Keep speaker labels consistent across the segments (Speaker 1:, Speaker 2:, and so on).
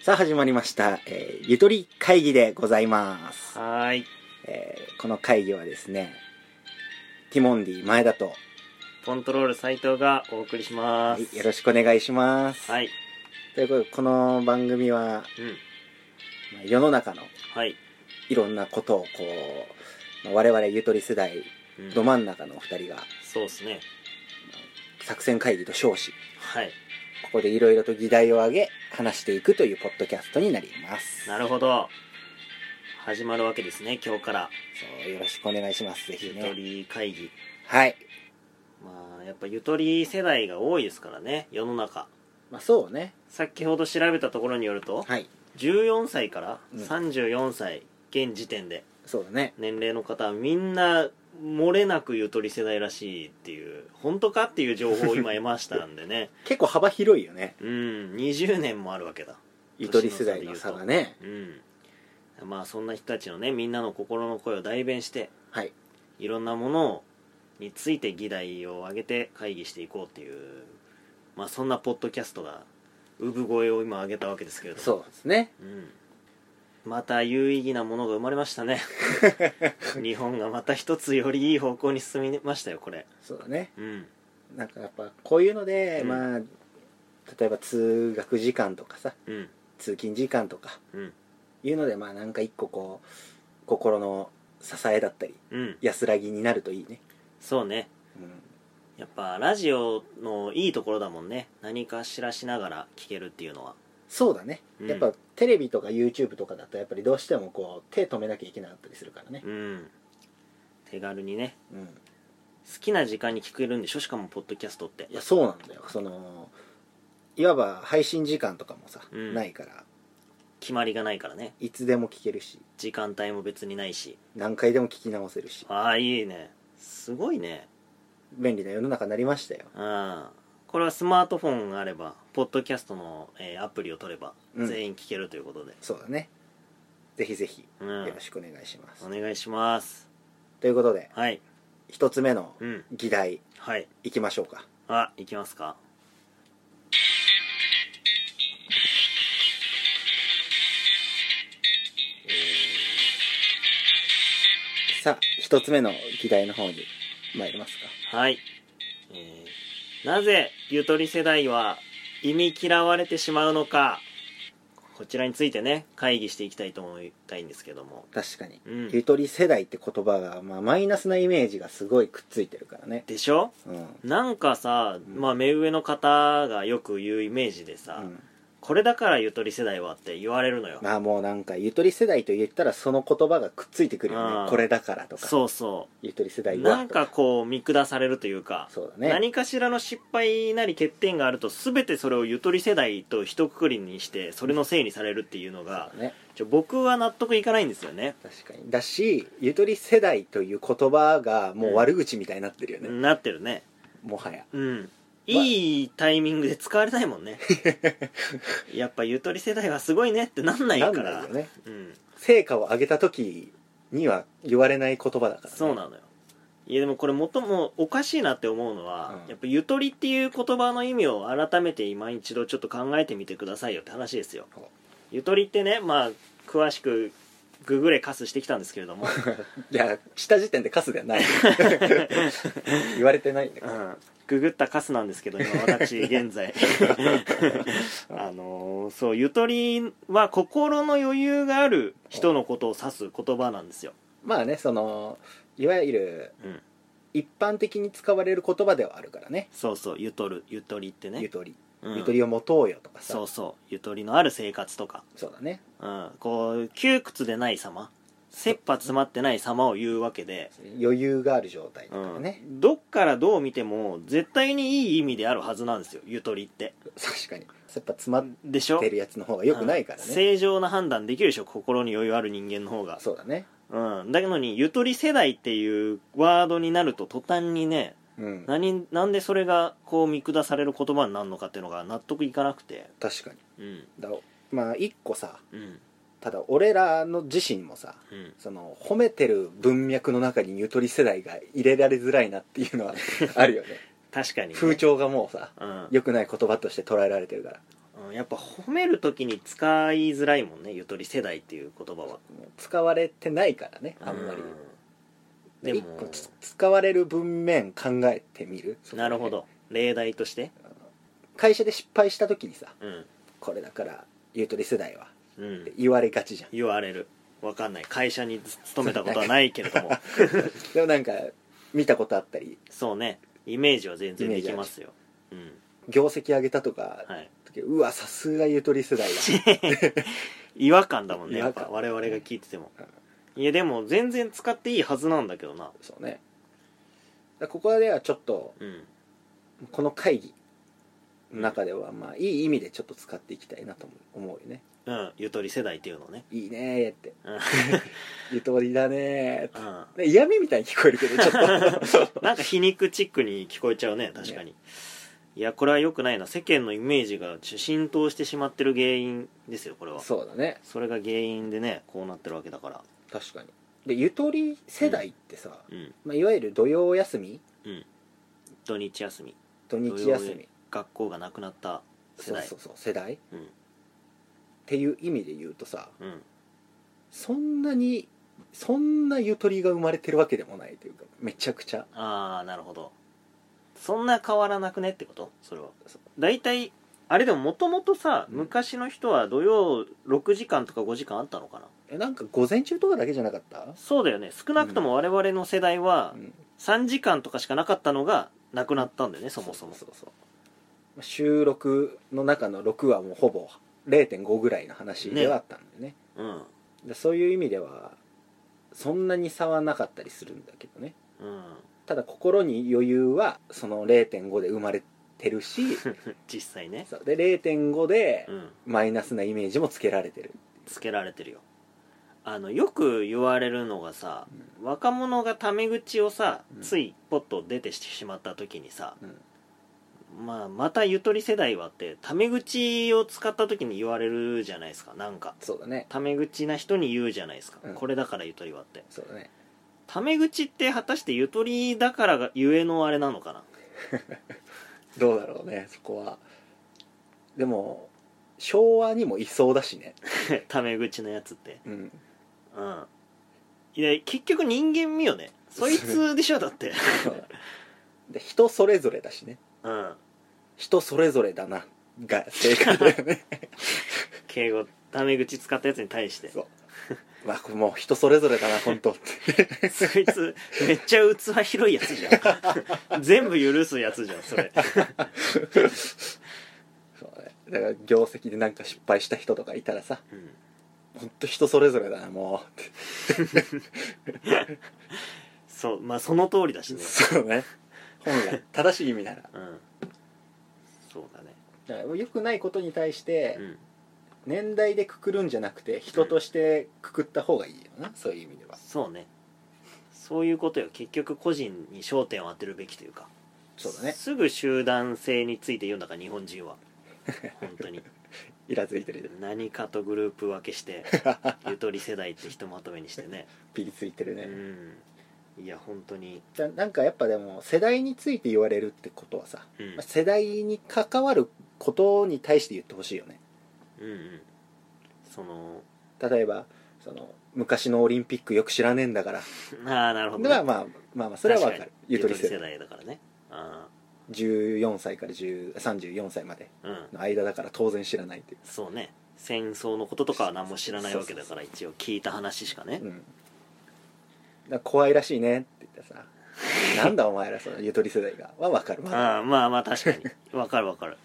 Speaker 1: さあ始まりました、えーゆとり会議でございます、
Speaker 2: はーい。
Speaker 1: えーこの会議はですねティモンディ前田と、
Speaker 2: コントロール斎藤がお送りしま
Speaker 1: はい
Speaker 2: す。
Speaker 1: よろしくお願いします、
Speaker 2: はい。
Speaker 1: ということでこの番組は
Speaker 2: うん。
Speaker 1: まあ世の中の
Speaker 2: はい。
Speaker 1: いろんなことをこう、まあ我々ゆとり世代
Speaker 2: うん
Speaker 1: ど真ん中のお二人が
Speaker 2: そうですね。
Speaker 1: 作戦会議と称し
Speaker 2: はい。
Speaker 1: ここでいろいろと議題を上げ話していくというポッドキャストになります
Speaker 2: なるほど。始まるわけですね、今日から。
Speaker 1: そうよろしくお願いしますぜひ
Speaker 2: ゆと
Speaker 1: ね
Speaker 2: り会議。
Speaker 1: はい、
Speaker 2: まあ、やっぱゆとり世代が多いですからね、世の中。
Speaker 1: まあ、そうね
Speaker 2: 先ほど調べたところによると、
Speaker 1: はい
Speaker 2: 14歳から
Speaker 1: うん
Speaker 2: 34歳、現時点で、
Speaker 1: そうだね
Speaker 2: 年齢の方はみんな、漏れなくゆとり世代らしいっていう、本当かっていう情報を今得ましたんでね。
Speaker 1: 結構幅広いよね
Speaker 2: うん20年もあるわけだ
Speaker 1: ゆとり世代の差がね
Speaker 2: うんまあそんな人たちのねみんなの心の声を代弁して
Speaker 1: はい
Speaker 2: いろんなものをについて議題を挙げて会議していこうっていうまあそんなポッドキャストが産声を今上げたわけですけれども
Speaker 1: そうですね
Speaker 2: う、ん、また有意義なものが生まれましたね 日本がまた一つよりいい方向に進みましたよこれ
Speaker 1: そうだね
Speaker 2: うん
Speaker 1: なんかやっぱこういうので、
Speaker 2: うん
Speaker 1: まあ例えば通学時間とかさ
Speaker 2: うん
Speaker 1: 通勤時間とか
Speaker 2: うん
Speaker 1: いうのでまあなんか一個こう心の支えだったり
Speaker 2: うん
Speaker 1: 安らぎになるといいね、
Speaker 2: そうねやっぱラジオのいいところだもんね何かしらしながら聞けるっていうのは
Speaker 1: そうだね、
Speaker 2: うん
Speaker 1: やっぱテレビとか YouTube とかだとやっぱりどうしてもこう手止めなきゃいけなかったりするからね、
Speaker 2: うん手軽にね
Speaker 1: うん、
Speaker 2: 好きな時間に聞けるんでしょしかもポッドキャストって
Speaker 1: いやそうなんだよそのいわば配信時間とかもさ、
Speaker 2: うん
Speaker 1: ないから
Speaker 2: 決まりがないからね
Speaker 1: いつでも聞けるし
Speaker 2: 時間帯も別にないし
Speaker 1: 何回でも聞き直せるし
Speaker 2: ああいいねすごいね
Speaker 1: 便利な世の中になりましたよ
Speaker 2: うんこれはスマートフォンがあればポッドキャストの、えーアプリを取れば
Speaker 1: うん
Speaker 2: 全員聞けるということで、
Speaker 1: そうだねぜひぜひ
Speaker 2: うん
Speaker 1: よろしくお願いします、
Speaker 2: お願いします
Speaker 1: ということで
Speaker 2: はい
Speaker 1: 一つ目の
Speaker 2: うん
Speaker 1: 議題
Speaker 2: はい
Speaker 1: いきましょうか
Speaker 2: あいきますか
Speaker 1: さあ一つ目の議題の方に参りますか
Speaker 2: はい、えーなぜゆとり世代は忌み嫌われてしまうのかこちらについてね会議していきたいと思いたいんですけども
Speaker 1: 確かに、
Speaker 2: うん
Speaker 1: ゆとり世代って言葉が、まあ、マイナスなイメージがすごいくっついてるからね
Speaker 2: でしょ
Speaker 1: うん、うん
Speaker 2: なんかさ、
Speaker 1: うん
Speaker 2: まあ、目上の方がよく言うイメージでさ、これだからゆとり世代はって言われるのよ、
Speaker 1: まあもうなんかゆとり世代と言ったらその言葉がくっついてくるよ
Speaker 2: あ
Speaker 1: ね
Speaker 2: ー
Speaker 1: これだからとか
Speaker 2: そうそ
Speaker 1: ゆとり世
Speaker 2: う
Speaker 1: 代は
Speaker 2: なんか
Speaker 1: と
Speaker 2: こう見下されるというか
Speaker 1: そうだね
Speaker 2: 何かしらの失敗なり欠点があると全てそれをゆとり世代と一括りにしてそれのせいにされるっていうのが、
Speaker 1: ね
Speaker 2: ちょ僕は納得いかないんですよね
Speaker 1: 確かにだしゆとり世代という言葉がもう悪口みたいになってるよね、
Speaker 2: なってるね
Speaker 1: もはや
Speaker 2: うんいいタイミングで使われない もんねやっぱゆとり世代はすごいねってなんないか
Speaker 1: なん
Speaker 2: ら
Speaker 1: ないよね
Speaker 2: うん、
Speaker 1: 成果を上げた時には言われない言葉だから、ね、
Speaker 2: そうなのよいやでもこれ元もおかしいなって思うのは、
Speaker 1: うん
Speaker 2: やっぱゆとりっていう言葉の意味を改めて今一度ちょっと考えてみてくださいよって話ですよ
Speaker 1: ほう
Speaker 2: ゆとりってねまあ詳しくググれカスしてきたんですけれども、
Speaker 1: いやした時点でカスではない 言われてないんだか
Speaker 2: う
Speaker 1: ら、
Speaker 2: ん、ググったカスなんですけど今私現 在あのーそうゆとりは心の余裕がある人のことを指す言葉なんですよ、
Speaker 1: まあねそのいわゆる
Speaker 2: うん、
Speaker 1: 一般的に使われる言葉ではあるからね
Speaker 2: そうそうゆとるゆとりって
Speaker 1: ゆ
Speaker 2: ね、
Speaker 1: とり、
Speaker 2: うん
Speaker 1: ゆとりを持とうよとかさ
Speaker 2: そうそうゆとりのある生活とか、
Speaker 1: そうだね
Speaker 2: うん、こう窮屈でない様切羽詰まってない様を言うわけで、
Speaker 1: 余裕がある状態と
Speaker 2: う
Speaker 1: か
Speaker 2: ん
Speaker 1: ね、
Speaker 2: どっからどう見ても絶対にいい意味であるはずなんですよゆとりって
Speaker 1: 確かに切羽詰まっ
Speaker 2: でしょ
Speaker 1: てるやつの方がよくないから
Speaker 2: うん
Speaker 1: ね、
Speaker 2: 正常な判断できるでしょ心に余裕ある人間の方が
Speaker 1: そうだね
Speaker 2: うんだけどにゆとり世代っていうワードになると途端にね
Speaker 1: うん
Speaker 2: 何なんでそれがこう見下される言葉になるのかっていうのが納得いかなくて
Speaker 1: 確かに
Speaker 2: うん
Speaker 1: だまあ一個さ
Speaker 2: うん
Speaker 1: ただ俺らの自身もさ
Speaker 2: うん
Speaker 1: その褒めてる文脈の中にゆとり世代が入れられづらいなっていうの はあるよね
Speaker 2: 確かにね、
Speaker 1: 風潮がもうさ
Speaker 2: うん、
Speaker 1: 良くない言葉として捉えられてるから
Speaker 2: うんうん、やっぱ褒める時に使いづらいもんねゆとり世代っていう言葉は
Speaker 1: 使われてないからねあんまり
Speaker 2: う、
Speaker 1: で
Speaker 2: で
Speaker 1: 一
Speaker 2: も
Speaker 1: 個つ使われる文面考えてみる
Speaker 2: なるほど例題として
Speaker 1: 会社で失敗した時にさ
Speaker 2: うん
Speaker 1: これだからゆとり世代は
Speaker 2: うん
Speaker 1: って言われがちじゃん
Speaker 2: 言われるわかんない会社 に勤めたことはないけれども
Speaker 1: でもなんか見たことあったり
Speaker 2: そうねイメージは全然できますようん
Speaker 1: 業績上げたとか、
Speaker 2: はい
Speaker 1: うわさすがゆとり世代だ
Speaker 2: 違和感だもんねやっ
Speaker 1: 違
Speaker 2: ぱ
Speaker 1: 和感
Speaker 2: 我々が聞いててもいやでも全然使っていいはずなんだけどな
Speaker 1: そうねだからここではちょっと
Speaker 2: うん
Speaker 1: この会議の中ではまあいい意味でちょっと使っていきたいなとも思うよね
Speaker 2: うんゆとり世代っていうのをね
Speaker 1: いいねーって
Speaker 2: うん
Speaker 1: ゆとりだねーっ
Speaker 2: うん
Speaker 1: てで嫌味みたいに聞こえるけどちょっ
Speaker 2: なんか皮肉チックに聞こえちゃうね確かに、いやこれは良くないな世間のイメージが浸透してしまってる原因ですよこれ
Speaker 1: と
Speaker 2: は
Speaker 1: そうだね
Speaker 2: それが原因でねこうなってるわけだから
Speaker 1: 確かにでゆとり世代ってさ、
Speaker 2: うん
Speaker 1: まあ、いわゆる土曜休み
Speaker 2: うん土日休み
Speaker 1: 土日休み
Speaker 2: 学校がなくなった世
Speaker 1: そう
Speaker 2: 代
Speaker 1: そうそう世代っ
Speaker 2: うん
Speaker 1: ていう意味で言うとさ
Speaker 2: うん
Speaker 1: そんなにそんなゆとりが生まれてるわけでもないというかめちゃくちゃ
Speaker 2: ああなるほどそんな変わらなくねってことそれは大体あれでももともとさ
Speaker 1: うん
Speaker 2: 昔の人は土曜6時間とか5時間あったのかな
Speaker 1: えなんか午前中とかだけじゃなかった、
Speaker 2: そうだよね少なくとも我々の世代は
Speaker 1: うん
Speaker 2: 3時間とかしかなかったのがなくなったんだよねそもそも
Speaker 1: そうそうまあ収録の中の6はもうほぼ0.5ぐらいの話ではあったんだよね
Speaker 2: うん
Speaker 1: でそういう意味ではそんなに差はなかったりするんだけどね
Speaker 2: うん
Speaker 1: ただ心に余裕はその0.5で生まれてるし
Speaker 2: 実際 ね
Speaker 1: そうで0.5で
Speaker 2: うん
Speaker 1: マイナスなイメージもつけられてる、
Speaker 2: つけられてるよあのよく言われるのがさ若者がタメ口をさ
Speaker 1: うん
Speaker 2: ついポッと出てしてしまった時にさ、
Speaker 1: うん
Speaker 2: まあ、またゆとり世代はってタメ口を使った時に言われるじゃないですかなんか
Speaker 1: そうだね
Speaker 2: タメ口な人に言うじゃないですか、
Speaker 1: うん
Speaker 2: これだからゆとりはって
Speaker 1: そうだね
Speaker 2: タメ口って果たしてゆとりだからがゆえのあれなのかな
Speaker 1: どうだろうねそこはでも昭和にもいそうだしね
Speaker 2: タメ口のやつって
Speaker 1: うん
Speaker 2: うんいや結局人間味よねそいつでしょだって
Speaker 1: で人それぞれだしね
Speaker 2: うん
Speaker 1: 人それぞれだなが正解だよ ね
Speaker 2: 敬語タメ口使ったやつに対して
Speaker 1: そうまあこれもう人それぞれだな本当って
Speaker 2: そいつめっちゃ器広いやつじ ゃん全部許すやつじゃんそれ
Speaker 1: そう、ね、だから業績でなんか失敗した人とかいたらさ
Speaker 2: うん
Speaker 1: 本当人それぞれだなもうっ
Speaker 2: そうまあその通りだしてね
Speaker 1: そうね本来正しい意味なら
Speaker 2: うんそうだね
Speaker 1: だから良くないことに対して、
Speaker 2: うん
Speaker 1: 年代でくくるんじゃなくて人としてくくった方がいいよなそういう意味では
Speaker 2: そうねそういうことよ結局個人に焦点を当てるべきというか
Speaker 1: そうだね
Speaker 2: すぐ集団性について言うんだから日本 人は本当に
Speaker 1: イラついてる
Speaker 2: 何かとグループ分けして ゆとり世代ってひとまとめにしてね
Speaker 1: ピリついてる
Speaker 2: う
Speaker 1: ね、
Speaker 2: んいや本当に
Speaker 1: だなんかやっぱでも世代について言われるってことはさ、
Speaker 2: うん
Speaker 1: まあ世代に関わることに対して言ってほしいよね
Speaker 2: うんうんその
Speaker 1: 例えばその昔のオリンピックよく知らねえんだから
Speaker 2: ああなるほど、
Speaker 1: ではまあまあまあそれはわか
Speaker 2: 確
Speaker 1: る
Speaker 2: に
Speaker 1: ゆ
Speaker 2: ゆ
Speaker 1: と
Speaker 2: と
Speaker 1: り
Speaker 2: り
Speaker 1: 世
Speaker 2: 世
Speaker 1: 代
Speaker 2: 代だからねあ
Speaker 1: 14歳から10 34歳まで
Speaker 2: あうん
Speaker 1: の間だから当然知らないってい
Speaker 2: そうね戦争のこととかは何も知らないわけだから一応聞いた話しかね
Speaker 1: う、うん、だから怖いらしいねって言 ったらさなんだお前らそのゆとり世代がはわかるまだ
Speaker 2: ああまあまあ確かにわかるわかる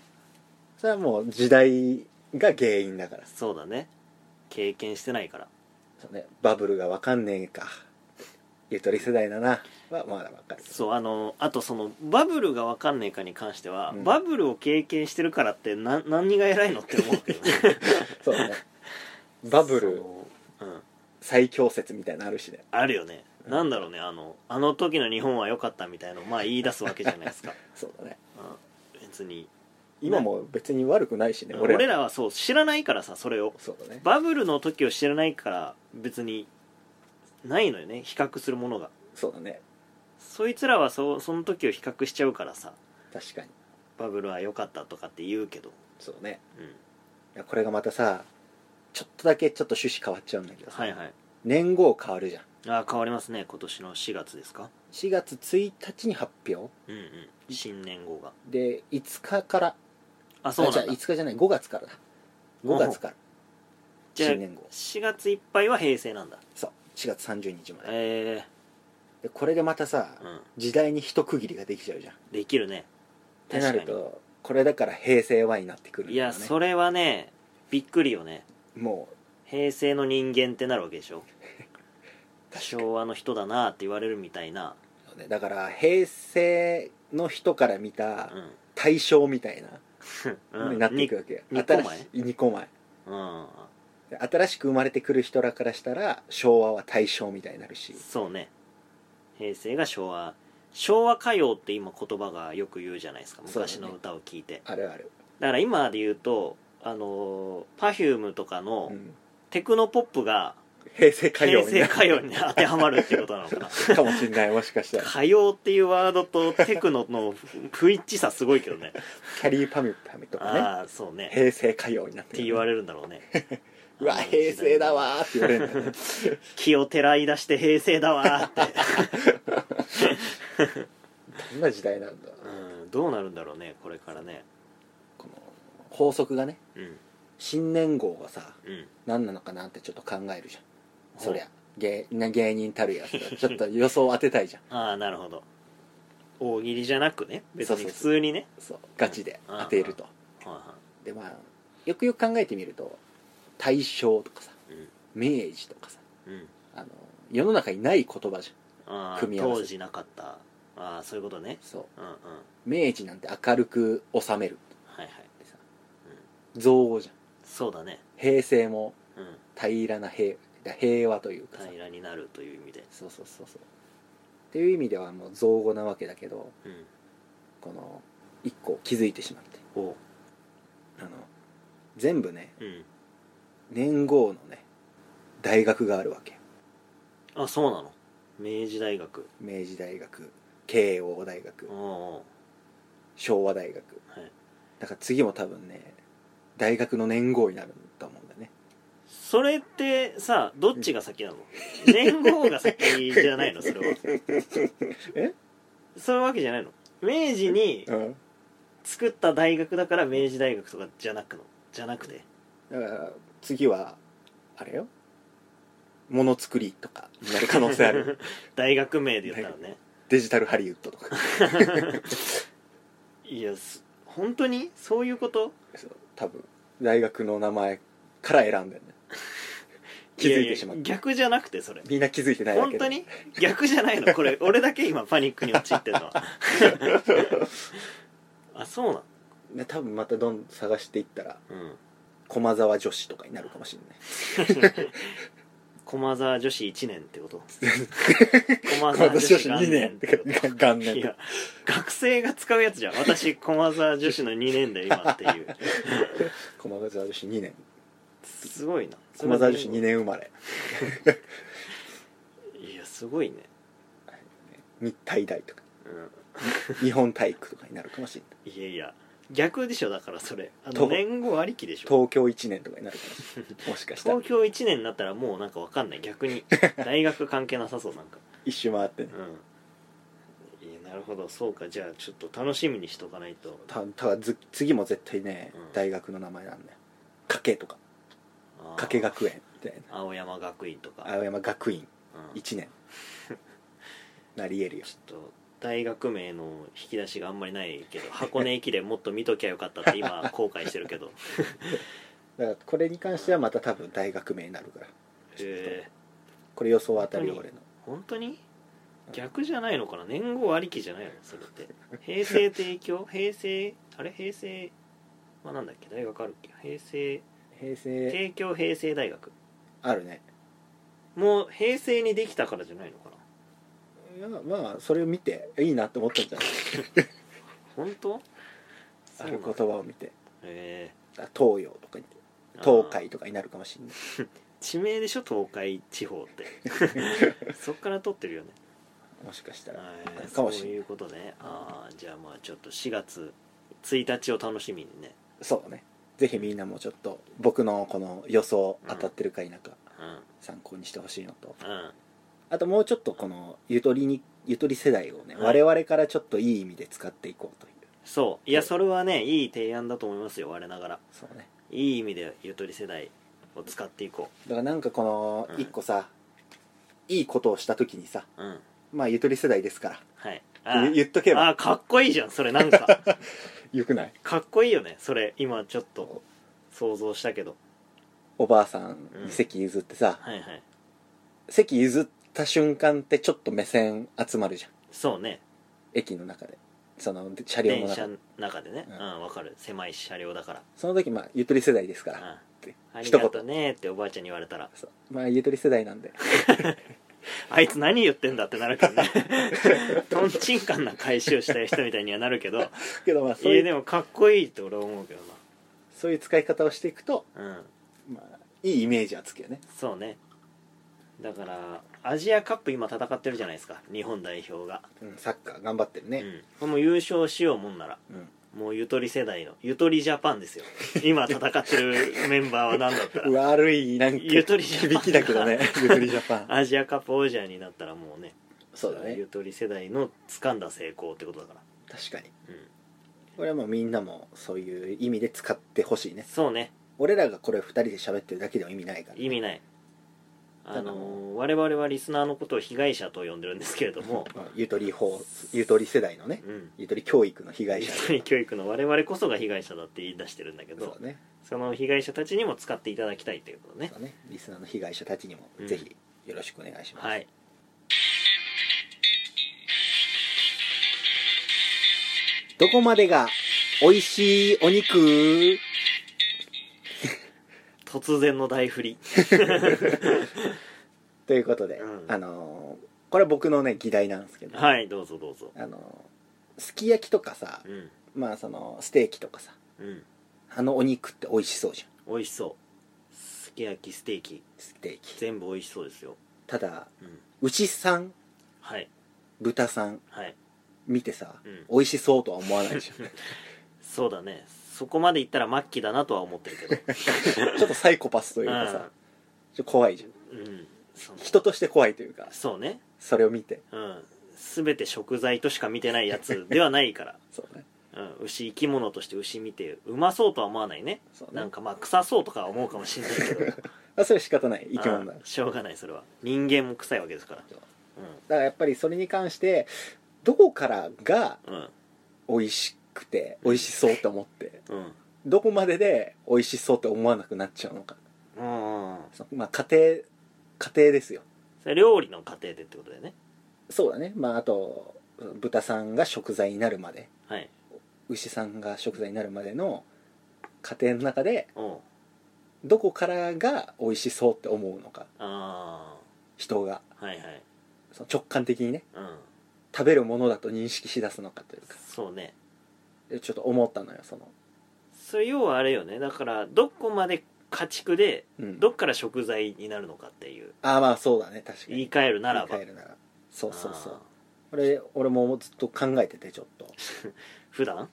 Speaker 1: それはもう時代が原因だから
Speaker 2: そうだね経験してないから
Speaker 1: そう、ね、バブルが分かんねえかゆとり世代だなはまだ分かる
Speaker 2: そうあのあとそのバブルがわかんねえかに関しては、
Speaker 1: うん
Speaker 2: バブルを経験してるからってな何が偉いのって思うけどね
Speaker 1: そうね バブル
Speaker 2: そのうん
Speaker 1: 最強説みたいなのあるしね
Speaker 2: あるよね、
Speaker 1: うん
Speaker 2: なんだろうねあのあの時の日本は良かったみたいのをまあ言い出すわけじゃないですか、
Speaker 1: そうだね
Speaker 2: うん、別に
Speaker 1: 今も別に悪くないしね
Speaker 2: 俺ら
Speaker 1: 俺ら
Speaker 2: はそう知らないからさそれを
Speaker 1: そうだね
Speaker 2: バブルの時を知らないから別にないのよね比較するものが
Speaker 1: そうだね
Speaker 2: そいつらはそうその時を比較しちゃうからさ
Speaker 1: 確かに
Speaker 2: バブルは良かったとかって言うけど、
Speaker 1: そうね
Speaker 2: うん、
Speaker 1: いやこれがまたさちょっとだけちょっと趣旨変わっちゃうんだけどさ、
Speaker 2: はいはい
Speaker 1: 年号変わるじゃん
Speaker 2: あー変わりますね今年の4月ですか
Speaker 1: 4月1日に発表
Speaker 2: うんうん新年号が
Speaker 1: で5日から
Speaker 2: あそうなん
Speaker 1: あ
Speaker 2: だ
Speaker 1: 違5日じゃない5月からだ5月から
Speaker 2: じゃあ
Speaker 1: 新年号
Speaker 2: 4月いっぱいは平成なんだ
Speaker 1: そう4月30日まで
Speaker 2: え
Speaker 1: でこれでまたさ
Speaker 2: えうん
Speaker 1: 時代に一区切りができちゃうじゃんっ
Speaker 2: できるね
Speaker 1: てなる
Speaker 2: 確か
Speaker 1: とこれだから平成はになってくるんだ
Speaker 2: にいや
Speaker 1: よね
Speaker 2: それはねびっくりよね
Speaker 1: もう
Speaker 2: 平成の人間ってなるわけでしょ
Speaker 1: 確かに
Speaker 2: 昭和の人だなって言われるみたいな
Speaker 1: そうねだから平成の人から見た
Speaker 2: うん
Speaker 1: 大正みたいなのになっていく
Speaker 2: に
Speaker 1: わけよ、
Speaker 2: に
Speaker 1: 新しい2個前
Speaker 2: うん
Speaker 1: で新しく生まれてくる人らからしたら昭和は大正みたいになるし
Speaker 2: そうね平成が昭和昭和歌謡って今言葉がよく言うじゃないですか
Speaker 1: そうだ
Speaker 2: 昔
Speaker 1: ね
Speaker 2: の歌を聞いて
Speaker 1: あるある、
Speaker 2: だから今で言うとあの Perfume とかの
Speaker 1: うん
Speaker 2: テクノポップが
Speaker 1: 平成歌謡に
Speaker 2: 平
Speaker 1: なる
Speaker 2: 成歌謡に当てはまるっていうことな のかな
Speaker 1: かもしれないもしかしたら
Speaker 2: 歌謡っていうワードとテクノの不一致さすごいけどね
Speaker 1: キャリーパミュパミとかね
Speaker 2: ああそうね
Speaker 1: 平成歌謡になっ
Speaker 2: ってて言わ
Speaker 1: れ
Speaker 2: れるんだろうね
Speaker 1: うわ平成だわーって言われるんだよね
Speaker 2: 気をてらい出して平成だわーって
Speaker 1: どんな時代なんだ
Speaker 2: うんどうなるんだろうねこれからね
Speaker 1: この法則がね
Speaker 2: うん
Speaker 1: 新年号がさ
Speaker 2: うん
Speaker 1: 何なのかなってちょっと考えるじゃんそりゃ芸な芸人たるやつ がちょっと予想を当てたいじゃん
Speaker 2: ああなるほど大喜利じゃなくね別
Speaker 1: そう
Speaker 2: に
Speaker 1: そう
Speaker 2: 普
Speaker 1: そう
Speaker 2: 通にね
Speaker 1: そうガチで当てると
Speaker 2: は
Speaker 1: でまあよくよく考えてみると大正とかさ
Speaker 2: いはい
Speaker 1: 明治とかさ
Speaker 2: うんうん
Speaker 1: あの世の中にない言葉じゃん
Speaker 2: ああ
Speaker 1: 組み合わせ
Speaker 2: 当時なかったああそういうことね
Speaker 1: そう
Speaker 2: うんうんは
Speaker 1: 明治なんて明るく収める
Speaker 2: いはい
Speaker 1: ってさ造語じゃん
Speaker 2: そうだね
Speaker 1: 平成も
Speaker 2: うん
Speaker 1: 平らな平平和というかさ
Speaker 2: 平らになるという意味で
Speaker 1: そうそうそうそうっていう意味ではもう造語なわけだけど
Speaker 2: うん
Speaker 1: この一個気づいてしまって
Speaker 2: お
Speaker 1: あの全部ね
Speaker 2: うん
Speaker 1: 年号のね大学があるわけ
Speaker 2: あそうなの明治大学
Speaker 1: 明治大学慶応大学
Speaker 2: おうおう
Speaker 1: 昭和大学
Speaker 2: はい
Speaker 1: だから次も多分ね大学の年号になると思うんだよね
Speaker 2: それってさどっちが先 なの年号が先じゃないのそれは
Speaker 1: え
Speaker 2: そういうわけじゃないの明治に
Speaker 1: うん
Speaker 2: 作った大学だから明治大学とかじゃなくのじゃなくて
Speaker 1: だから次はあれよものつくりとかになる可能性ある
Speaker 2: 大学名で言ったらね
Speaker 1: デジタルハリウッドとか
Speaker 2: いやす本当にそういうこと
Speaker 1: そう多分大学の名前から選んだよね気づいてしまった
Speaker 2: やや逆じゃなくてそれ
Speaker 1: みんな気づいてないだけ
Speaker 2: 本
Speaker 1: で
Speaker 2: 当に逆じゃないのこれ俺だけ今パニックに陥って るのはあそうな
Speaker 1: ね多分またどんどん探していったら
Speaker 2: のうん
Speaker 1: 駒沢女子とかになるかもしれない
Speaker 2: 駒沢女子1年ってこと
Speaker 1: 駒沢
Speaker 2: 駒沢
Speaker 1: 女
Speaker 2: 女
Speaker 1: 子
Speaker 2: 子
Speaker 1: 2
Speaker 2: 2
Speaker 1: 年
Speaker 2: 年って こ
Speaker 1: 元
Speaker 2: とい
Speaker 1: 年
Speaker 2: や学生が使うやつじゃん私駒沢女子の2年だよ今っていう
Speaker 1: 駒沢女子2年
Speaker 2: すごいな
Speaker 1: 駒沢女子2年生まれ
Speaker 2: いやすごいね、
Speaker 1: 日体大 とか
Speaker 2: うん
Speaker 1: 日本体育とかになるかもしれない
Speaker 2: いやいや逆でしょだからそれあ
Speaker 1: と
Speaker 2: の年号ありきでしょ
Speaker 1: 東京1年とかになるかもしれないもしかしたら
Speaker 2: 東京1年になったらもうなんかわかんない 逆に大学関係なさそうなんか
Speaker 1: 一周回ってね
Speaker 2: うんいやなるほどそうかじゃあちょっと楽しみにしとかないと
Speaker 1: たただず次も絶対ね
Speaker 2: うん
Speaker 1: 大学の名前なんだよ加計とか
Speaker 2: あー
Speaker 1: 加計学園みたい
Speaker 2: 青山学院とか
Speaker 1: な青山学院
Speaker 2: うんち
Speaker 1: 1
Speaker 2: ょ
Speaker 1: 年 なり得るよ
Speaker 2: っと大学名の引き出しがあんまりない けど箱根駅伝もっと見ときゃよかったって今後悔してるけど
Speaker 1: だからこれに関してはまた多分大学名になるから
Speaker 2: え
Speaker 1: これ予想当たるよ俺の
Speaker 2: ー、本当に逆じゃないのかな年号ありきじゃないのそれって平成提供平成あれ平成まあなんだっけ大学あるっけ平成
Speaker 1: 平成
Speaker 2: 帝京平成大学
Speaker 1: あるね
Speaker 2: もう平成にできたからじゃないのかない
Speaker 1: やまあそれを見ていいなって思ったんじゃない
Speaker 2: 本当
Speaker 1: ある言葉を見て
Speaker 2: え
Speaker 1: あ東洋とかに
Speaker 2: ー
Speaker 1: 東
Speaker 2: あー
Speaker 1: 海とかになるかもしれない
Speaker 2: 地名でしょ東海地方って そっから取ってるよね
Speaker 1: もしかしたら
Speaker 2: あー
Speaker 1: かもし
Speaker 2: そう
Speaker 1: れない
Speaker 2: いうことねああじゃあまあちょっと4月1日を楽しみにね
Speaker 1: そうだねぜひみんなもちょっと僕のこの予想
Speaker 2: うん
Speaker 1: 当たってるか否か
Speaker 2: うん
Speaker 1: 参考にしてほしいのと
Speaker 2: うん
Speaker 1: あともうちょっとこのゆとりにゆとり世代をね、
Speaker 2: は
Speaker 1: 我
Speaker 2: い
Speaker 1: 々からちょっといい意味で使っていこうという
Speaker 2: そういやそれはねいい提案だと思いますよ我ながら
Speaker 1: そうね
Speaker 2: いい意味でゆとり世代を使っていこ
Speaker 1: だからなんかこの
Speaker 2: うん
Speaker 1: 一個さ、いいことをした時にさ
Speaker 2: ううん
Speaker 1: まあゆとり世代ですか
Speaker 2: はい
Speaker 1: ら
Speaker 2: あ
Speaker 1: って言っとけば
Speaker 2: あかっこいいじゃんそれなんか
Speaker 1: よくない
Speaker 2: かっこいいよねそれ今ちょっと想像したけど
Speaker 1: おばあさんに席譲ってさ、
Speaker 2: はいはい
Speaker 1: 席譲った瞬間ってちょっと目線集まるじゃん
Speaker 2: そうね
Speaker 1: 駅の中でその車両の
Speaker 2: 電
Speaker 1: 中で
Speaker 2: 車の中でね
Speaker 1: う
Speaker 2: うんんわかる狭い車両だか
Speaker 1: その時まあゆとり世代ですからっ
Speaker 2: ら
Speaker 1: て
Speaker 2: うんあり
Speaker 1: 一
Speaker 2: が
Speaker 1: 言
Speaker 2: とねっておばあちゃんに言われたら
Speaker 1: そうまあゆとり世代なん で
Speaker 2: あいつ何言ってんだってなるけ どねとんちんかんな返しをしたい人みたいにはなるけどい
Speaker 1: けどまあそうい
Speaker 2: や
Speaker 1: う
Speaker 2: でもかっこいいって俺は思うけど
Speaker 1: そういう使い方をしていくと、
Speaker 2: なうん
Speaker 1: まあ、いいイメージはつくよね
Speaker 2: そうねだからアジアカップ今戦ってるじゃないですか日本代表が、
Speaker 1: うんサッカー頑張ってるね、
Speaker 2: うん、もう優勝しようもんなら
Speaker 1: うん
Speaker 2: もうゆとり世代のゆとりジャパンですよ今戦ってるメンバーは何だった ら
Speaker 1: 悪いなんか
Speaker 2: ゆとりジャパン
Speaker 1: 響きだけ どねゆとりジャパン
Speaker 2: アジアカップ王者になったらもうね
Speaker 1: そうだね
Speaker 2: ゆとり世代の掴んだ成功ってことだから、
Speaker 1: 確かに
Speaker 2: うん、
Speaker 1: これはもうみんなもそういう意味で使ってほしいね
Speaker 2: そうね
Speaker 1: 俺らがこれ2人で喋ってるだけでは意味ないから
Speaker 2: 意味ない
Speaker 1: だ
Speaker 2: あ
Speaker 1: から、
Speaker 2: の我々はリスナーのことを被害者と呼んでるんですけれども
Speaker 1: まあゆとり法ゆとり世代のね
Speaker 2: うん、
Speaker 1: ゆとり教育の被害
Speaker 2: ゆ
Speaker 1: 者
Speaker 2: とり教育の我々こそが被害者だって言い出してるんだけど
Speaker 1: そうね
Speaker 2: その被害者たちにも使っていただきたいということね
Speaker 1: そうねリスナーの被害者たちにも
Speaker 2: うん
Speaker 1: ぜひよろしくお願いします、
Speaker 2: はい
Speaker 1: どこまでが美味しいお肉
Speaker 2: 突然の大振 り
Speaker 1: ということで、
Speaker 2: うん
Speaker 1: あのーこれは僕のね議題なんですけど、
Speaker 2: はいどうぞどうぞ
Speaker 1: あのーすき焼きとかさ、
Speaker 2: うん
Speaker 1: まあそのステーキとかさ
Speaker 2: うん
Speaker 1: あのお肉って美味しそうじゃん
Speaker 2: 美味しそうすき焼きステーキ
Speaker 1: ステーキ
Speaker 2: 全部美味しそうですよ、
Speaker 1: ただ
Speaker 2: うん、
Speaker 1: 牛さん
Speaker 2: はい
Speaker 1: 豚さん
Speaker 2: はい
Speaker 1: 見てさ、
Speaker 2: うん
Speaker 1: 美味しそうとは思わないじ
Speaker 2: そうだねそこまでいったら末期だなとは思ってるけど
Speaker 1: ゃんちょっとサイコパスというかさ、ちょっと怖いじゃん
Speaker 2: うん、うん、その
Speaker 1: 人として怖いというか
Speaker 2: そうね
Speaker 1: それを見て
Speaker 2: うん全て食材としか見てないやつではないから、
Speaker 1: そうね
Speaker 2: うん、牛生き物として牛見てうまそうとは思わないね
Speaker 1: そうね
Speaker 2: なんかまあ臭そうとかは思うかもしれないけど
Speaker 1: あそれは仕方 ない生き物だ
Speaker 2: うんしょうがないそれは人間も臭いわけですから
Speaker 1: そう
Speaker 2: う
Speaker 1: だからやっぱりそれに関してどこからが
Speaker 2: んうん
Speaker 1: 美味しくて美味しそうって思って
Speaker 2: うん
Speaker 1: どこまでで美味しそうって思わなくなっちゃうのか
Speaker 2: うんうん
Speaker 1: そまあ家庭家庭ですよ
Speaker 2: それ料理の過程でってことだよね
Speaker 1: そうだねまああと豚さんが食材になるまで
Speaker 2: はい
Speaker 1: 牛さんが食材になるまでの家庭の中で
Speaker 2: おう
Speaker 1: どこからが美味しそうって思うのか
Speaker 2: あ
Speaker 1: 人が
Speaker 2: あはいはい
Speaker 1: その直感的にね
Speaker 2: うん
Speaker 1: 食べるものだと認識しだすのかというか
Speaker 2: そうね
Speaker 1: でちょっと思ったのよその、
Speaker 2: それ要はあれよねだからどこまで家畜で
Speaker 1: うん、
Speaker 2: どっから食材になるのかっていう
Speaker 1: ああまあそうだね確か
Speaker 2: 言
Speaker 1: に
Speaker 2: い換えるならば
Speaker 1: 言い換えるならそうそうそ
Speaker 2: あ
Speaker 1: う
Speaker 2: ー
Speaker 1: これ俺もずっと考えててちょっと
Speaker 2: 普段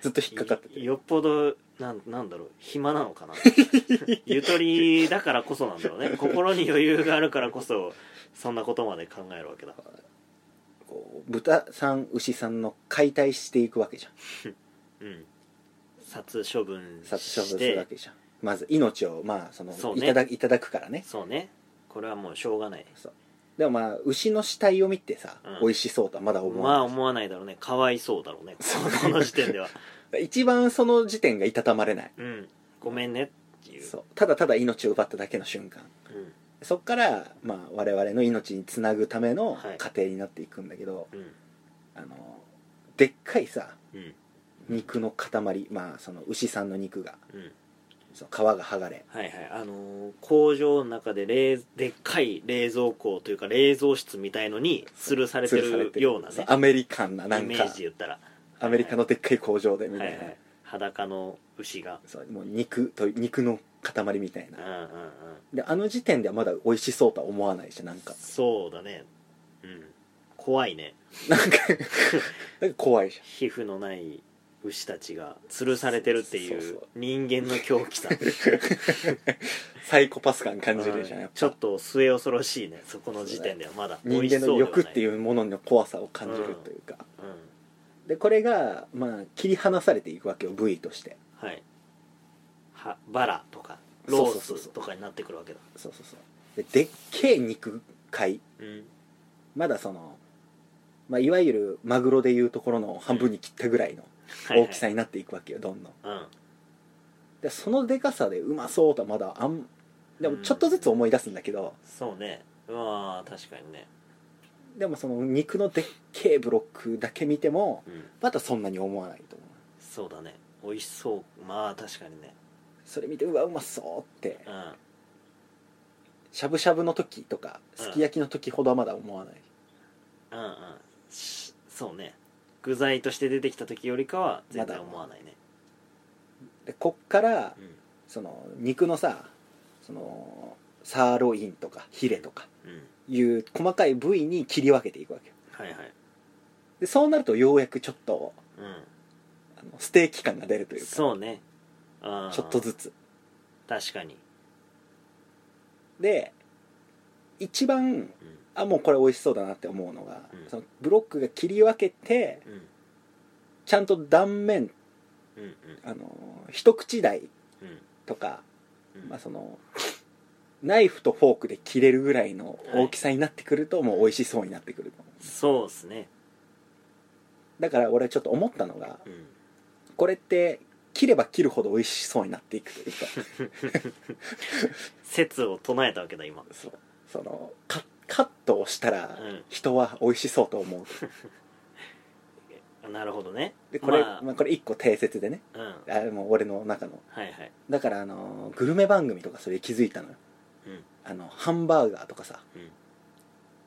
Speaker 1: ずっと引っかかってて
Speaker 2: いよっぽどなんなんだろう暇な のかなゆとりだからこそなんだろうね心に余裕があるからこそそんなことまで考えるわけだ
Speaker 1: こう豚さん牛さんの解体していくわけじゃん
Speaker 2: うん殺処分して
Speaker 1: 殺処分するわけじゃんまず命をまあその
Speaker 2: そう
Speaker 1: い
Speaker 2: ね
Speaker 1: ただいただくからね
Speaker 2: そうねこれはもうしょうがない
Speaker 1: でもまあ牛の死体を見てさ、
Speaker 2: うん
Speaker 1: 美味しそうとはまだ思う、
Speaker 2: まあ思わないだろうねかわいそうだろうねこの時点では
Speaker 1: 一番その時点がいたたまれない
Speaker 2: うんごめんねっていう
Speaker 1: そうただただ命を奪っただけの瞬間
Speaker 2: うん
Speaker 1: そっから、まあ、我々の命につなぐための
Speaker 2: はい
Speaker 1: 過程になっていくんだけど、
Speaker 2: うん
Speaker 1: あのでっかいさ
Speaker 2: うん
Speaker 1: 肉の塊まあその牛さんの肉が
Speaker 2: うん
Speaker 1: その皮が剥がれ
Speaker 2: はいはいあのー工場の中で冷でっかい冷蔵庫というか冷蔵室みたいのに吊るされて
Speaker 1: 吊る
Speaker 2: る
Speaker 1: され
Speaker 2: ような
Speaker 1: そう
Speaker 2: ね
Speaker 1: アメリカンなな
Speaker 2: イ
Speaker 1: ん
Speaker 2: メ
Speaker 1: か
Speaker 2: ージで言ったら
Speaker 1: アメリカのでっかい工場でみ
Speaker 2: は
Speaker 1: た
Speaker 2: い
Speaker 1: い
Speaker 2: は
Speaker 1: な、
Speaker 2: い裸の牛が
Speaker 1: そうもう肉と肉の塊みたい
Speaker 2: うん
Speaker 1: な
Speaker 2: うんうん
Speaker 1: であの時点ではまだ美味しそうとは思わないしなん か
Speaker 2: そうだねうん怖いね
Speaker 1: なんかなんか怖いじ
Speaker 2: 皮膚のない牛たちが吊るされてるってい
Speaker 1: そう
Speaker 2: う
Speaker 1: そう
Speaker 2: 人間の狂気さ
Speaker 1: サイコパス感感じるじゃん、
Speaker 2: う
Speaker 1: や
Speaker 2: ん
Speaker 1: っぱ
Speaker 2: ちょっと末恐ろしいねそこの時点ではまだ、
Speaker 1: 人間の欲っていううものの怖さを感じるというか、
Speaker 2: うん、
Speaker 1: でこれが、まあ、切り離されていくわけよ部位として
Speaker 2: はいはバラとか
Speaker 1: そ
Speaker 2: ロ
Speaker 1: う
Speaker 2: ー
Speaker 1: そうそうそう
Speaker 2: スとかになってくるわけだ
Speaker 1: そうそうそうででっけえ肉塊
Speaker 2: うん
Speaker 1: まだその、まあ、いわゆるマグロでいうところの半分に切ったぐらいの
Speaker 2: はいはい
Speaker 1: 大きさになっていくわけよどんどん
Speaker 2: うん
Speaker 1: でそのでかさでうまそうとはまだあんでもちょっとずつ思い出すんだけど、
Speaker 2: そうねまあ確かにね
Speaker 1: でもその肉のでっけえブロックだけ見ても
Speaker 2: うん
Speaker 1: まだそんなに思わないと思う
Speaker 2: そうだね美味しそうまあ確かにね
Speaker 1: それ見てうわうまそうって
Speaker 2: うん
Speaker 1: しゃぶしゃぶの時とかすき焼きの時ほどはまだ思わない、
Speaker 2: うんうんしそうね具材として出てきた時よりかは全然思わないね、
Speaker 1: でこっから
Speaker 2: うん
Speaker 1: その肉のさそのサーロインとかヒレとか
Speaker 2: うん
Speaker 1: いう細かい部位に切り分けていくわけよ
Speaker 2: はいはい
Speaker 1: でそうなるとようやくちょっと
Speaker 2: う
Speaker 1: あのステーキ感が出るとい
Speaker 2: ん
Speaker 1: うか
Speaker 2: そうねあー
Speaker 1: ちょっとずつ
Speaker 2: 確かに、
Speaker 1: で一番
Speaker 2: う
Speaker 1: あもうこれ美味しそうだなって思うのが、
Speaker 2: うん
Speaker 1: そのブロックが切り分けて
Speaker 2: ん、うん
Speaker 1: ちゃんと断面
Speaker 2: うんうん
Speaker 1: あの一口大
Speaker 2: うん
Speaker 1: とか、
Speaker 2: うん
Speaker 1: まあ、そのナイフとフォークで切れるぐらいの大きさになってくると、もう美味しそうになってくる
Speaker 2: そうですね
Speaker 1: だから俺ちょっと思ったのが
Speaker 2: うん
Speaker 1: これって切れば切るほど美味しそうになっていくとい うか
Speaker 2: 説を唱えたわけだ今
Speaker 1: そうそのカカットをしたら
Speaker 2: うん
Speaker 1: 人は美味しそうと思う
Speaker 2: なるほどね
Speaker 1: でこれ、
Speaker 2: まあ
Speaker 1: まあ、これ一個定説でね
Speaker 2: うんは
Speaker 1: あもう俺の中の
Speaker 2: いはい
Speaker 1: だからあのグルメ番組とかそれ気づいたのよ
Speaker 2: うん
Speaker 1: あのハンバーガーとかさ、
Speaker 2: うん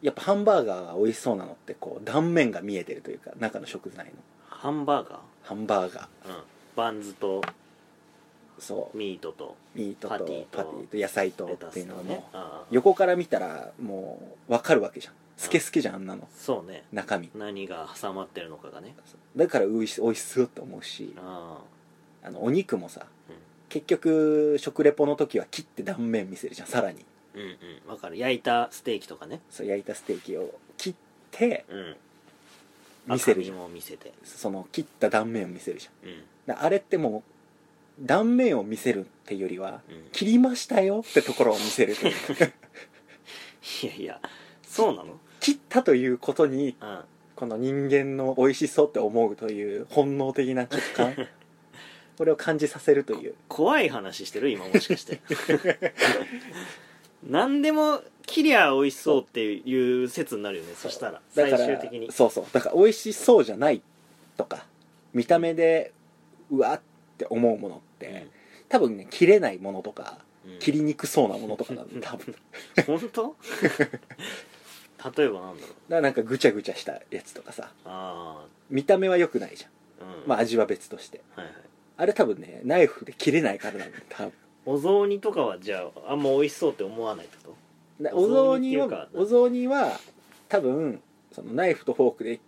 Speaker 1: やっぱハンバーガーが美味しそうなのってこう断面が見えてるというか中の食材の
Speaker 2: ハンバーガ
Speaker 1: ハンバーガー
Speaker 2: ーうんバンズと
Speaker 1: そう
Speaker 2: ミートと
Speaker 1: ミート
Speaker 2: パ
Speaker 1: と
Speaker 2: ティと
Speaker 1: パティと野菜と
Speaker 2: レ
Speaker 1: っ
Speaker 2: タ
Speaker 1: てい
Speaker 2: ス
Speaker 1: う
Speaker 2: と
Speaker 1: のは
Speaker 2: ね
Speaker 1: もう
Speaker 2: ああ
Speaker 1: 横から見たらもう分かるわけじゃんスケスケじゃんあんなの
Speaker 2: そうね
Speaker 1: 中身
Speaker 2: 何が挟まってるのかがね
Speaker 1: だから美味し美味しそうと思うし
Speaker 2: あ
Speaker 1: あのお肉もさ
Speaker 2: あ
Speaker 1: 結局食レポの時は切って断面見せるじゃんさらに
Speaker 2: うんうんうんわかる焼いたステーキとかね
Speaker 1: そう焼いたステーキを切って
Speaker 2: うん
Speaker 1: 見せるじ
Speaker 2: 赤
Speaker 1: ゃん
Speaker 2: 身も見せて
Speaker 1: その切った断面を見せるじゃん
Speaker 2: うん
Speaker 1: だあれってもう断面を見せるっていうよりは
Speaker 2: うん
Speaker 1: 切りましたよってところを見せるというか
Speaker 2: いやいやそうなの
Speaker 1: 切ったということに
Speaker 2: うん
Speaker 1: この人間の美味しそうって思うという本能的な直感これを感じさせるという
Speaker 2: 怖い話してる今もしかして 何でも切りゃ美味しそうっていう説になるよねそしたら
Speaker 1: だ
Speaker 2: 最
Speaker 1: から
Speaker 2: 終的に
Speaker 1: そうそうだから美味しそうじゃないとか見た目でうわって思うものって、多分ね切れないものとか
Speaker 2: うんうん
Speaker 1: 切りにくそうなものとかなんだ多分だか
Speaker 2: 本当例えばなんだろう
Speaker 1: らなんかぐちゃぐちゃしたやつとかさ
Speaker 2: あ
Speaker 1: 見た目は良くないじゃん
Speaker 2: あうん
Speaker 1: まあ
Speaker 2: はい
Speaker 1: 味は別として
Speaker 2: はい
Speaker 1: あれ多分ねナイフで切れないからなんだよ多分
Speaker 2: お雑煮とかはじゃああんま美味しそうって思わないってこ
Speaker 1: でお
Speaker 2: お雑
Speaker 1: 雑
Speaker 2: 煮
Speaker 1: 煮
Speaker 2: っていう
Speaker 1: は
Speaker 2: か
Speaker 1: お雑煮は多分そのナイフとフォークで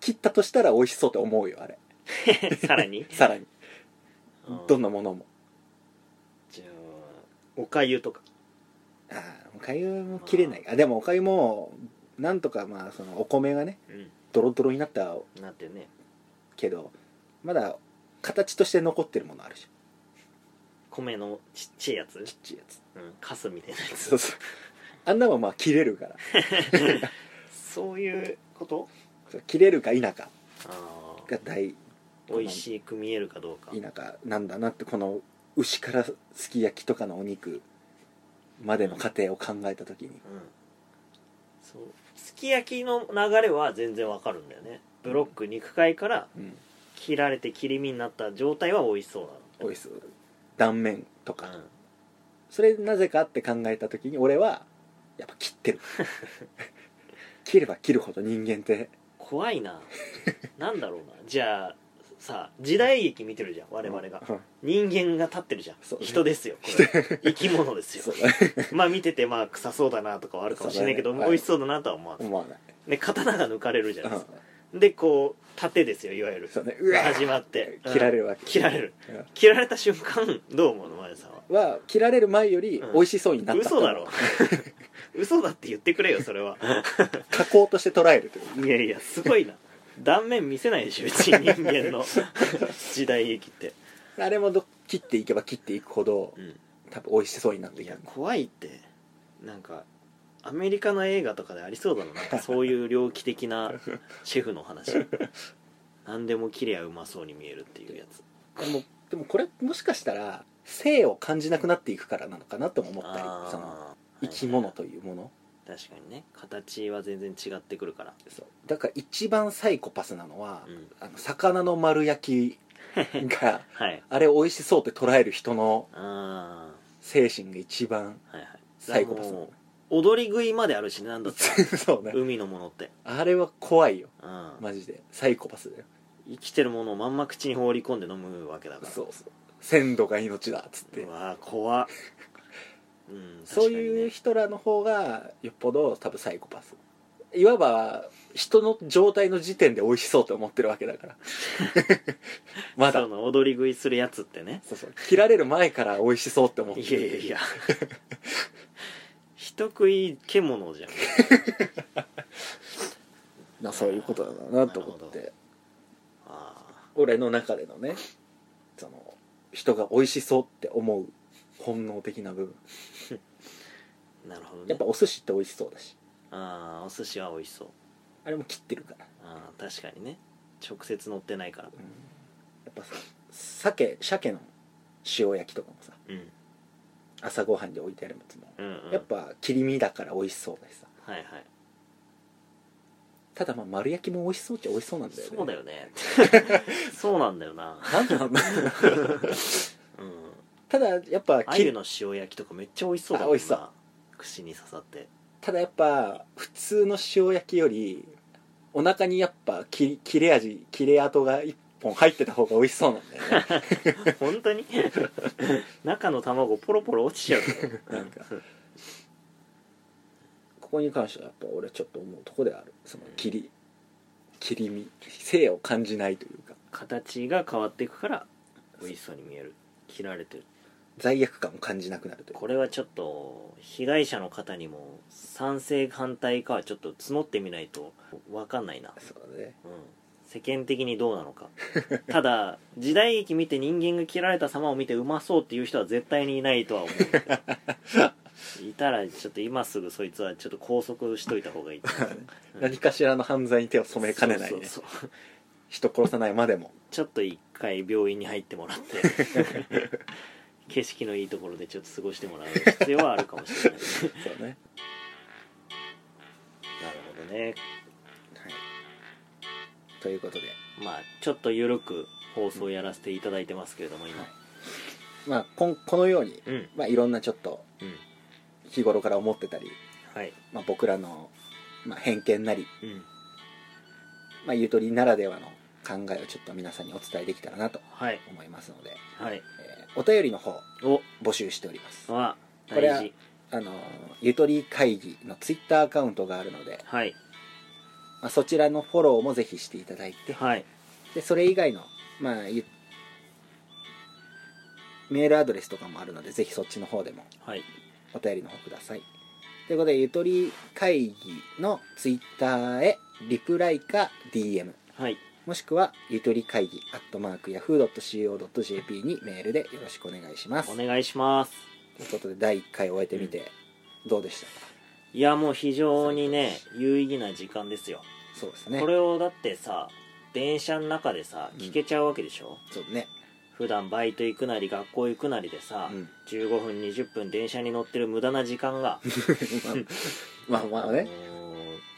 Speaker 1: 切ったとしたら美味しそうって思うよあれ
Speaker 2: とさらに
Speaker 1: さらに
Speaker 2: うん
Speaker 1: どんなものも
Speaker 2: じゃあおかゆとか
Speaker 1: ああおかゆも切れないあでもおかゆもなんとかまあそのお米がね
Speaker 2: うん
Speaker 1: ドロドロになった
Speaker 2: なってね
Speaker 1: けどまだ形として残ってるものあるじゃ
Speaker 2: 米のちっちゃいやつ
Speaker 1: んちっちゃいやつ
Speaker 2: うんカスみたいなやつ
Speaker 1: そうそうあんなもんまあ切れるから
Speaker 2: そういうこと
Speaker 1: そう切れるか否か
Speaker 2: ああ
Speaker 1: が大
Speaker 2: 美味しく見えるかどうか
Speaker 1: 否かなんだなってこの牛からすき焼きとかのお肉までの過程を考えた時に
Speaker 2: うんそうすき焼きの流れは全然わかるんだよねブロック肉塊から
Speaker 1: うん
Speaker 2: 切られて切り身になった状態は美味しそう
Speaker 1: 美味しそう断面と
Speaker 2: なの
Speaker 1: かそれなぜかって考えた時に俺はやっぱ切っ てる切れば切るほど人間って
Speaker 2: 怖いな なんだろうなじゃあさ時代劇見てるじゃん我々が
Speaker 1: うん
Speaker 2: 人間が立ってるじゃん
Speaker 1: そうね
Speaker 2: 人ですよこれ生き物です
Speaker 1: そう
Speaker 2: よまあ見ててまあ臭そうだなとかはあるかもしれないけど
Speaker 1: そうだね
Speaker 2: 美味しそうだなとは思わない
Speaker 1: 思わない
Speaker 2: ね刀が抜かれるじゃないですかでこう盾ですよいわゆる
Speaker 1: そうねうわー
Speaker 2: 始まって
Speaker 1: 切られるわけ
Speaker 2: 切られる切られた瞬間どう思うのマヤさんは
Speaker 1: うんは切られる前より
Speaker 2: うん
Speaker 1: 美味しそうになったと
Speaker 2: 嘘 だろ嘘だって言ってくれよそれは
Speaker 1: 加工として捉えるという
Speaker 2: いやいやすごいな断面見せないでしょ別に人間の時代劇って、
Speaker 1: あれもど切っていけば切っていくほど
Speaker 2: うん
Speaker 1: 多分美味しそうになって
Speaker 2: い
Speaker 1: いく
Speaker 2: や怖いってなんかアメリカの映画とかでありそうだななんかそういう猟奇 的なシェフの話何でも切れやうまそうに見えるっていうやつ
Speaker 1: でもでもこれもしかしたら生を感じなくなっていくからなのかなとも思ったり
Speaker 2: あー
Speaker 1: その生き
Speaker 2: は
Speaker 1: 物
Speaker 2: い
Speaker 1: というもの
Speaker 2: はい確かにね形は全然違ってくるから
Speaker 1: そうだから一番サイコパスなのは、
Speaker 2: うん
Speaker 1: あの魚の丸焼き が
Speaker 2: はい
Speaker 1: あれ美味しそうって捉える人の
Speaker 2: あ
Speaker 1: 精神が一番
Speaker 2: あはいはい
Speaker 1: サイコパス
Speaker 2: もう踊り食いまであるしねなんだって
Speaker 1: そうね
Speaker 2: 海のものって、
Speaker 1: あれは怖いよ
Speaker 2: うん
Speaker 1: マジでサイコパスだよ
Speaker 2: 生きてるものをまんま口に放り込んで飲むわけだから
Speaker 1: そうそう鮮度が命だっつって
Speaker 2: うわー怖っ、うん、
Speaker 1: そういう
Speaker 2: 人
Speaker 1: 人らの方がよっぽど多分サイコパスいわば人の状態の時点で美味しそうと思ってるわけだ からまだ
Speaker 2: その踊り食いするやつってね
Speaker 1: そうそう切られる前から美味しそうって思って
Speaker 2: い
Speaker 1: る
Speaker 2: やいやいや 人食い獣じゃん
Speaker 1: なそういうことだなと思っ
Speaker 2: な
Speaker 1: て
Speaker 2: ああ
Speaker 1: 俺の中でのねその人が美味しそうって思う本能的な部分
Speaker 2: なるほどね
Speaker 1: やっぱお寿司って美味しそうだし
Speaker 2: ああお寿司は美味しそう
Speaker 1: あれも切ってるから、
Speaker 2: ああ確かにね直接乗ってないから
Speaker 1: うんやっぱさ鮭鮭の塩焼きとかもさ
Speaker 2: うん
Speaker 1: 朝ごはんで置いてあるやつも
Speaker 2: うん、うん、
Speaker 1: やっぱ切り身だから美味しそうだしさ
Speaker 2: はいはい
Speaker 1: ただまあ丸焼きも美味しそうっちゃ美味しそうなんだよね
Speaker 2: そうだよね そうなんだよな
Speaker 1: なんなんだ
Speaker 2: うん
Speaker 1: ただやっぱ切
Speaker 2: 鮎
Speaker 1: り
Speaker 2: の塩焼きとかめっちゃ美味しそうだも
Speaker 1: あ
Speaker 2: んな
Speaker 1: 美味しそう
Speaker 2: 串に刺さって
Speaker 1: ただやっぱ普通の塩焼きよりお腹にやっぱ切切れ味切れ跡が一本入ってた方が美味しそうなんだよね
Speaker 2: 本当に 中の卵ポロポロ落ちちゃう
Speaker 1: なんかここに関してはやっぱ俺ちょっと思うとこではあるその切り切り身性を感じないというか
Speaker 2: 形が変わっていくから美味しそうに見える切られてる
Speaker 1: 罪悪感を感じなくなるというか
Speaker 2: これはちょっと被害者の方にも賛成反対かはちょっと募ってみないと分かんないな、
Speaker 1: そうだね
Speaker 2: うん、世間的にどうなのか ただ時代劇見て人間が切られた様を見てうまそうっていう人は絶対にいないとは思ういたらちょっと今すぐそいつはちょっと拘束しといた方がいいと思ううん
Speaker 1: 何かしらの犯罪に手を染めかねないね
Speaker 2: そうそうそう
Speaker 1: 人殺さないまでも
Speaker 2: ちょっと一回病院に入ってもらって景色のいいところでちょっと過ごしてもらう必要はあるかもしれない
Speaker 1: そうね、
Speaker 2: なるほどね
Speaker 1: はい、ということで
Speaker 2: まあちょっと緩く放送やらせていただいてますけれども今
Speaker 1: はいまあこんこのように、
Speaker 2: うん
Speaker 1: まあ、いろんなちょっと
Speaker 2: うん
Speaker 1: 日頃から思ってたり、
Speaker 2: はい
Speaker 1: まあ、僕らの、まあ、偏見なり、
Speaker 2: うん
Speaker 1: まあ、ゆとりならではの考えをちょっと皆さんにお伝えできたらなと
Speaker 2: はい
Speaker 1: 思いますので、
Speaker 2: はい
Speaker 1: えーお便りの方
Speaker 2: お
Speaker 1: 募集しております
Speaker 2: は
Speaker 1: これは
Speaker 2: 大事
Speaker 1: あのーゆとり会議のツイッターアカウントがあるので、
Speaker 2: はい
Speaker 1: まあ、そちらのフォローもぜひしていただいて
Speaker 2: はい
Speaker 1: でそれ以外の、まあ、ゆメールアドレスとかもあるのでぜひそっちの方でも
Speaker 2: はい
Speaker 1: お便りの方くださいということでゆとり会議のツイッターへリプライか DM
Speaker 2: はい
Speaker 1: もしくはゆとり会議アットマーク Yahoo.co.jp にメールでよろしくお願いします
Speaker 2: お
Speaker 1: とい
Speaker 2: 願いします
Speaker 1: うことで第1回終えてみてどうでしたか、
Speaker 2: いやもう非常にね有意義な時間ですよ、
Speaker 1: そうですね
Speaker 2: これをだってさ電車の中でさ聞けちゃうわけでしょ、
Speaker 1: そうね、
Speaker 2: 普段バイト行くなり学校行くなりで
Speaker 1: う
Speaker 2: さ、
Speaker 1: ん、
Speaker 2: 15分20分電車に乗ってる無駄な時間が
Speaker 1: まあまあまあね
Speaker 2: もう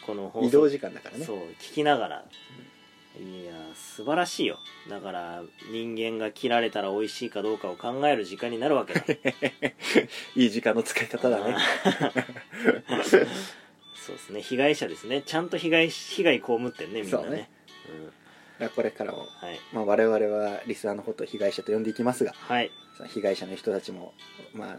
Speaker 2: この放送
Speaker 1: 移動時間だからね
Speaker 2: そう聞きながら、いや素晴らしいよだから人間が切られたら美味しいかどうかを考える時間になるわけだ
Speaker 1: いい時間の使い方だね
Speaker 2: そうですね被害者ですねちゃんと被害被害被ってんねみんなね
Speaker 1: そうねだからこれからも、
Speaker 2: うん、はい
Speaker 1: まあ、我々はリスナーのことを被害者と呼んでいきますが
Speaker 2: はい
Speaker 1: その被害者の人たちも、まあ、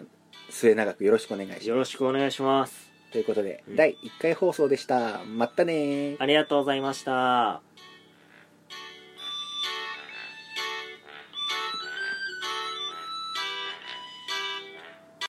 Speaker 1: 末永くよろしくお願いします
Speaker 2: よろしくお願いします
Speaker 1: ということで、
Speaker 2: うん
Speaker 1: 第1回放送でしたまったねー
Speaker 2: ありがとうございました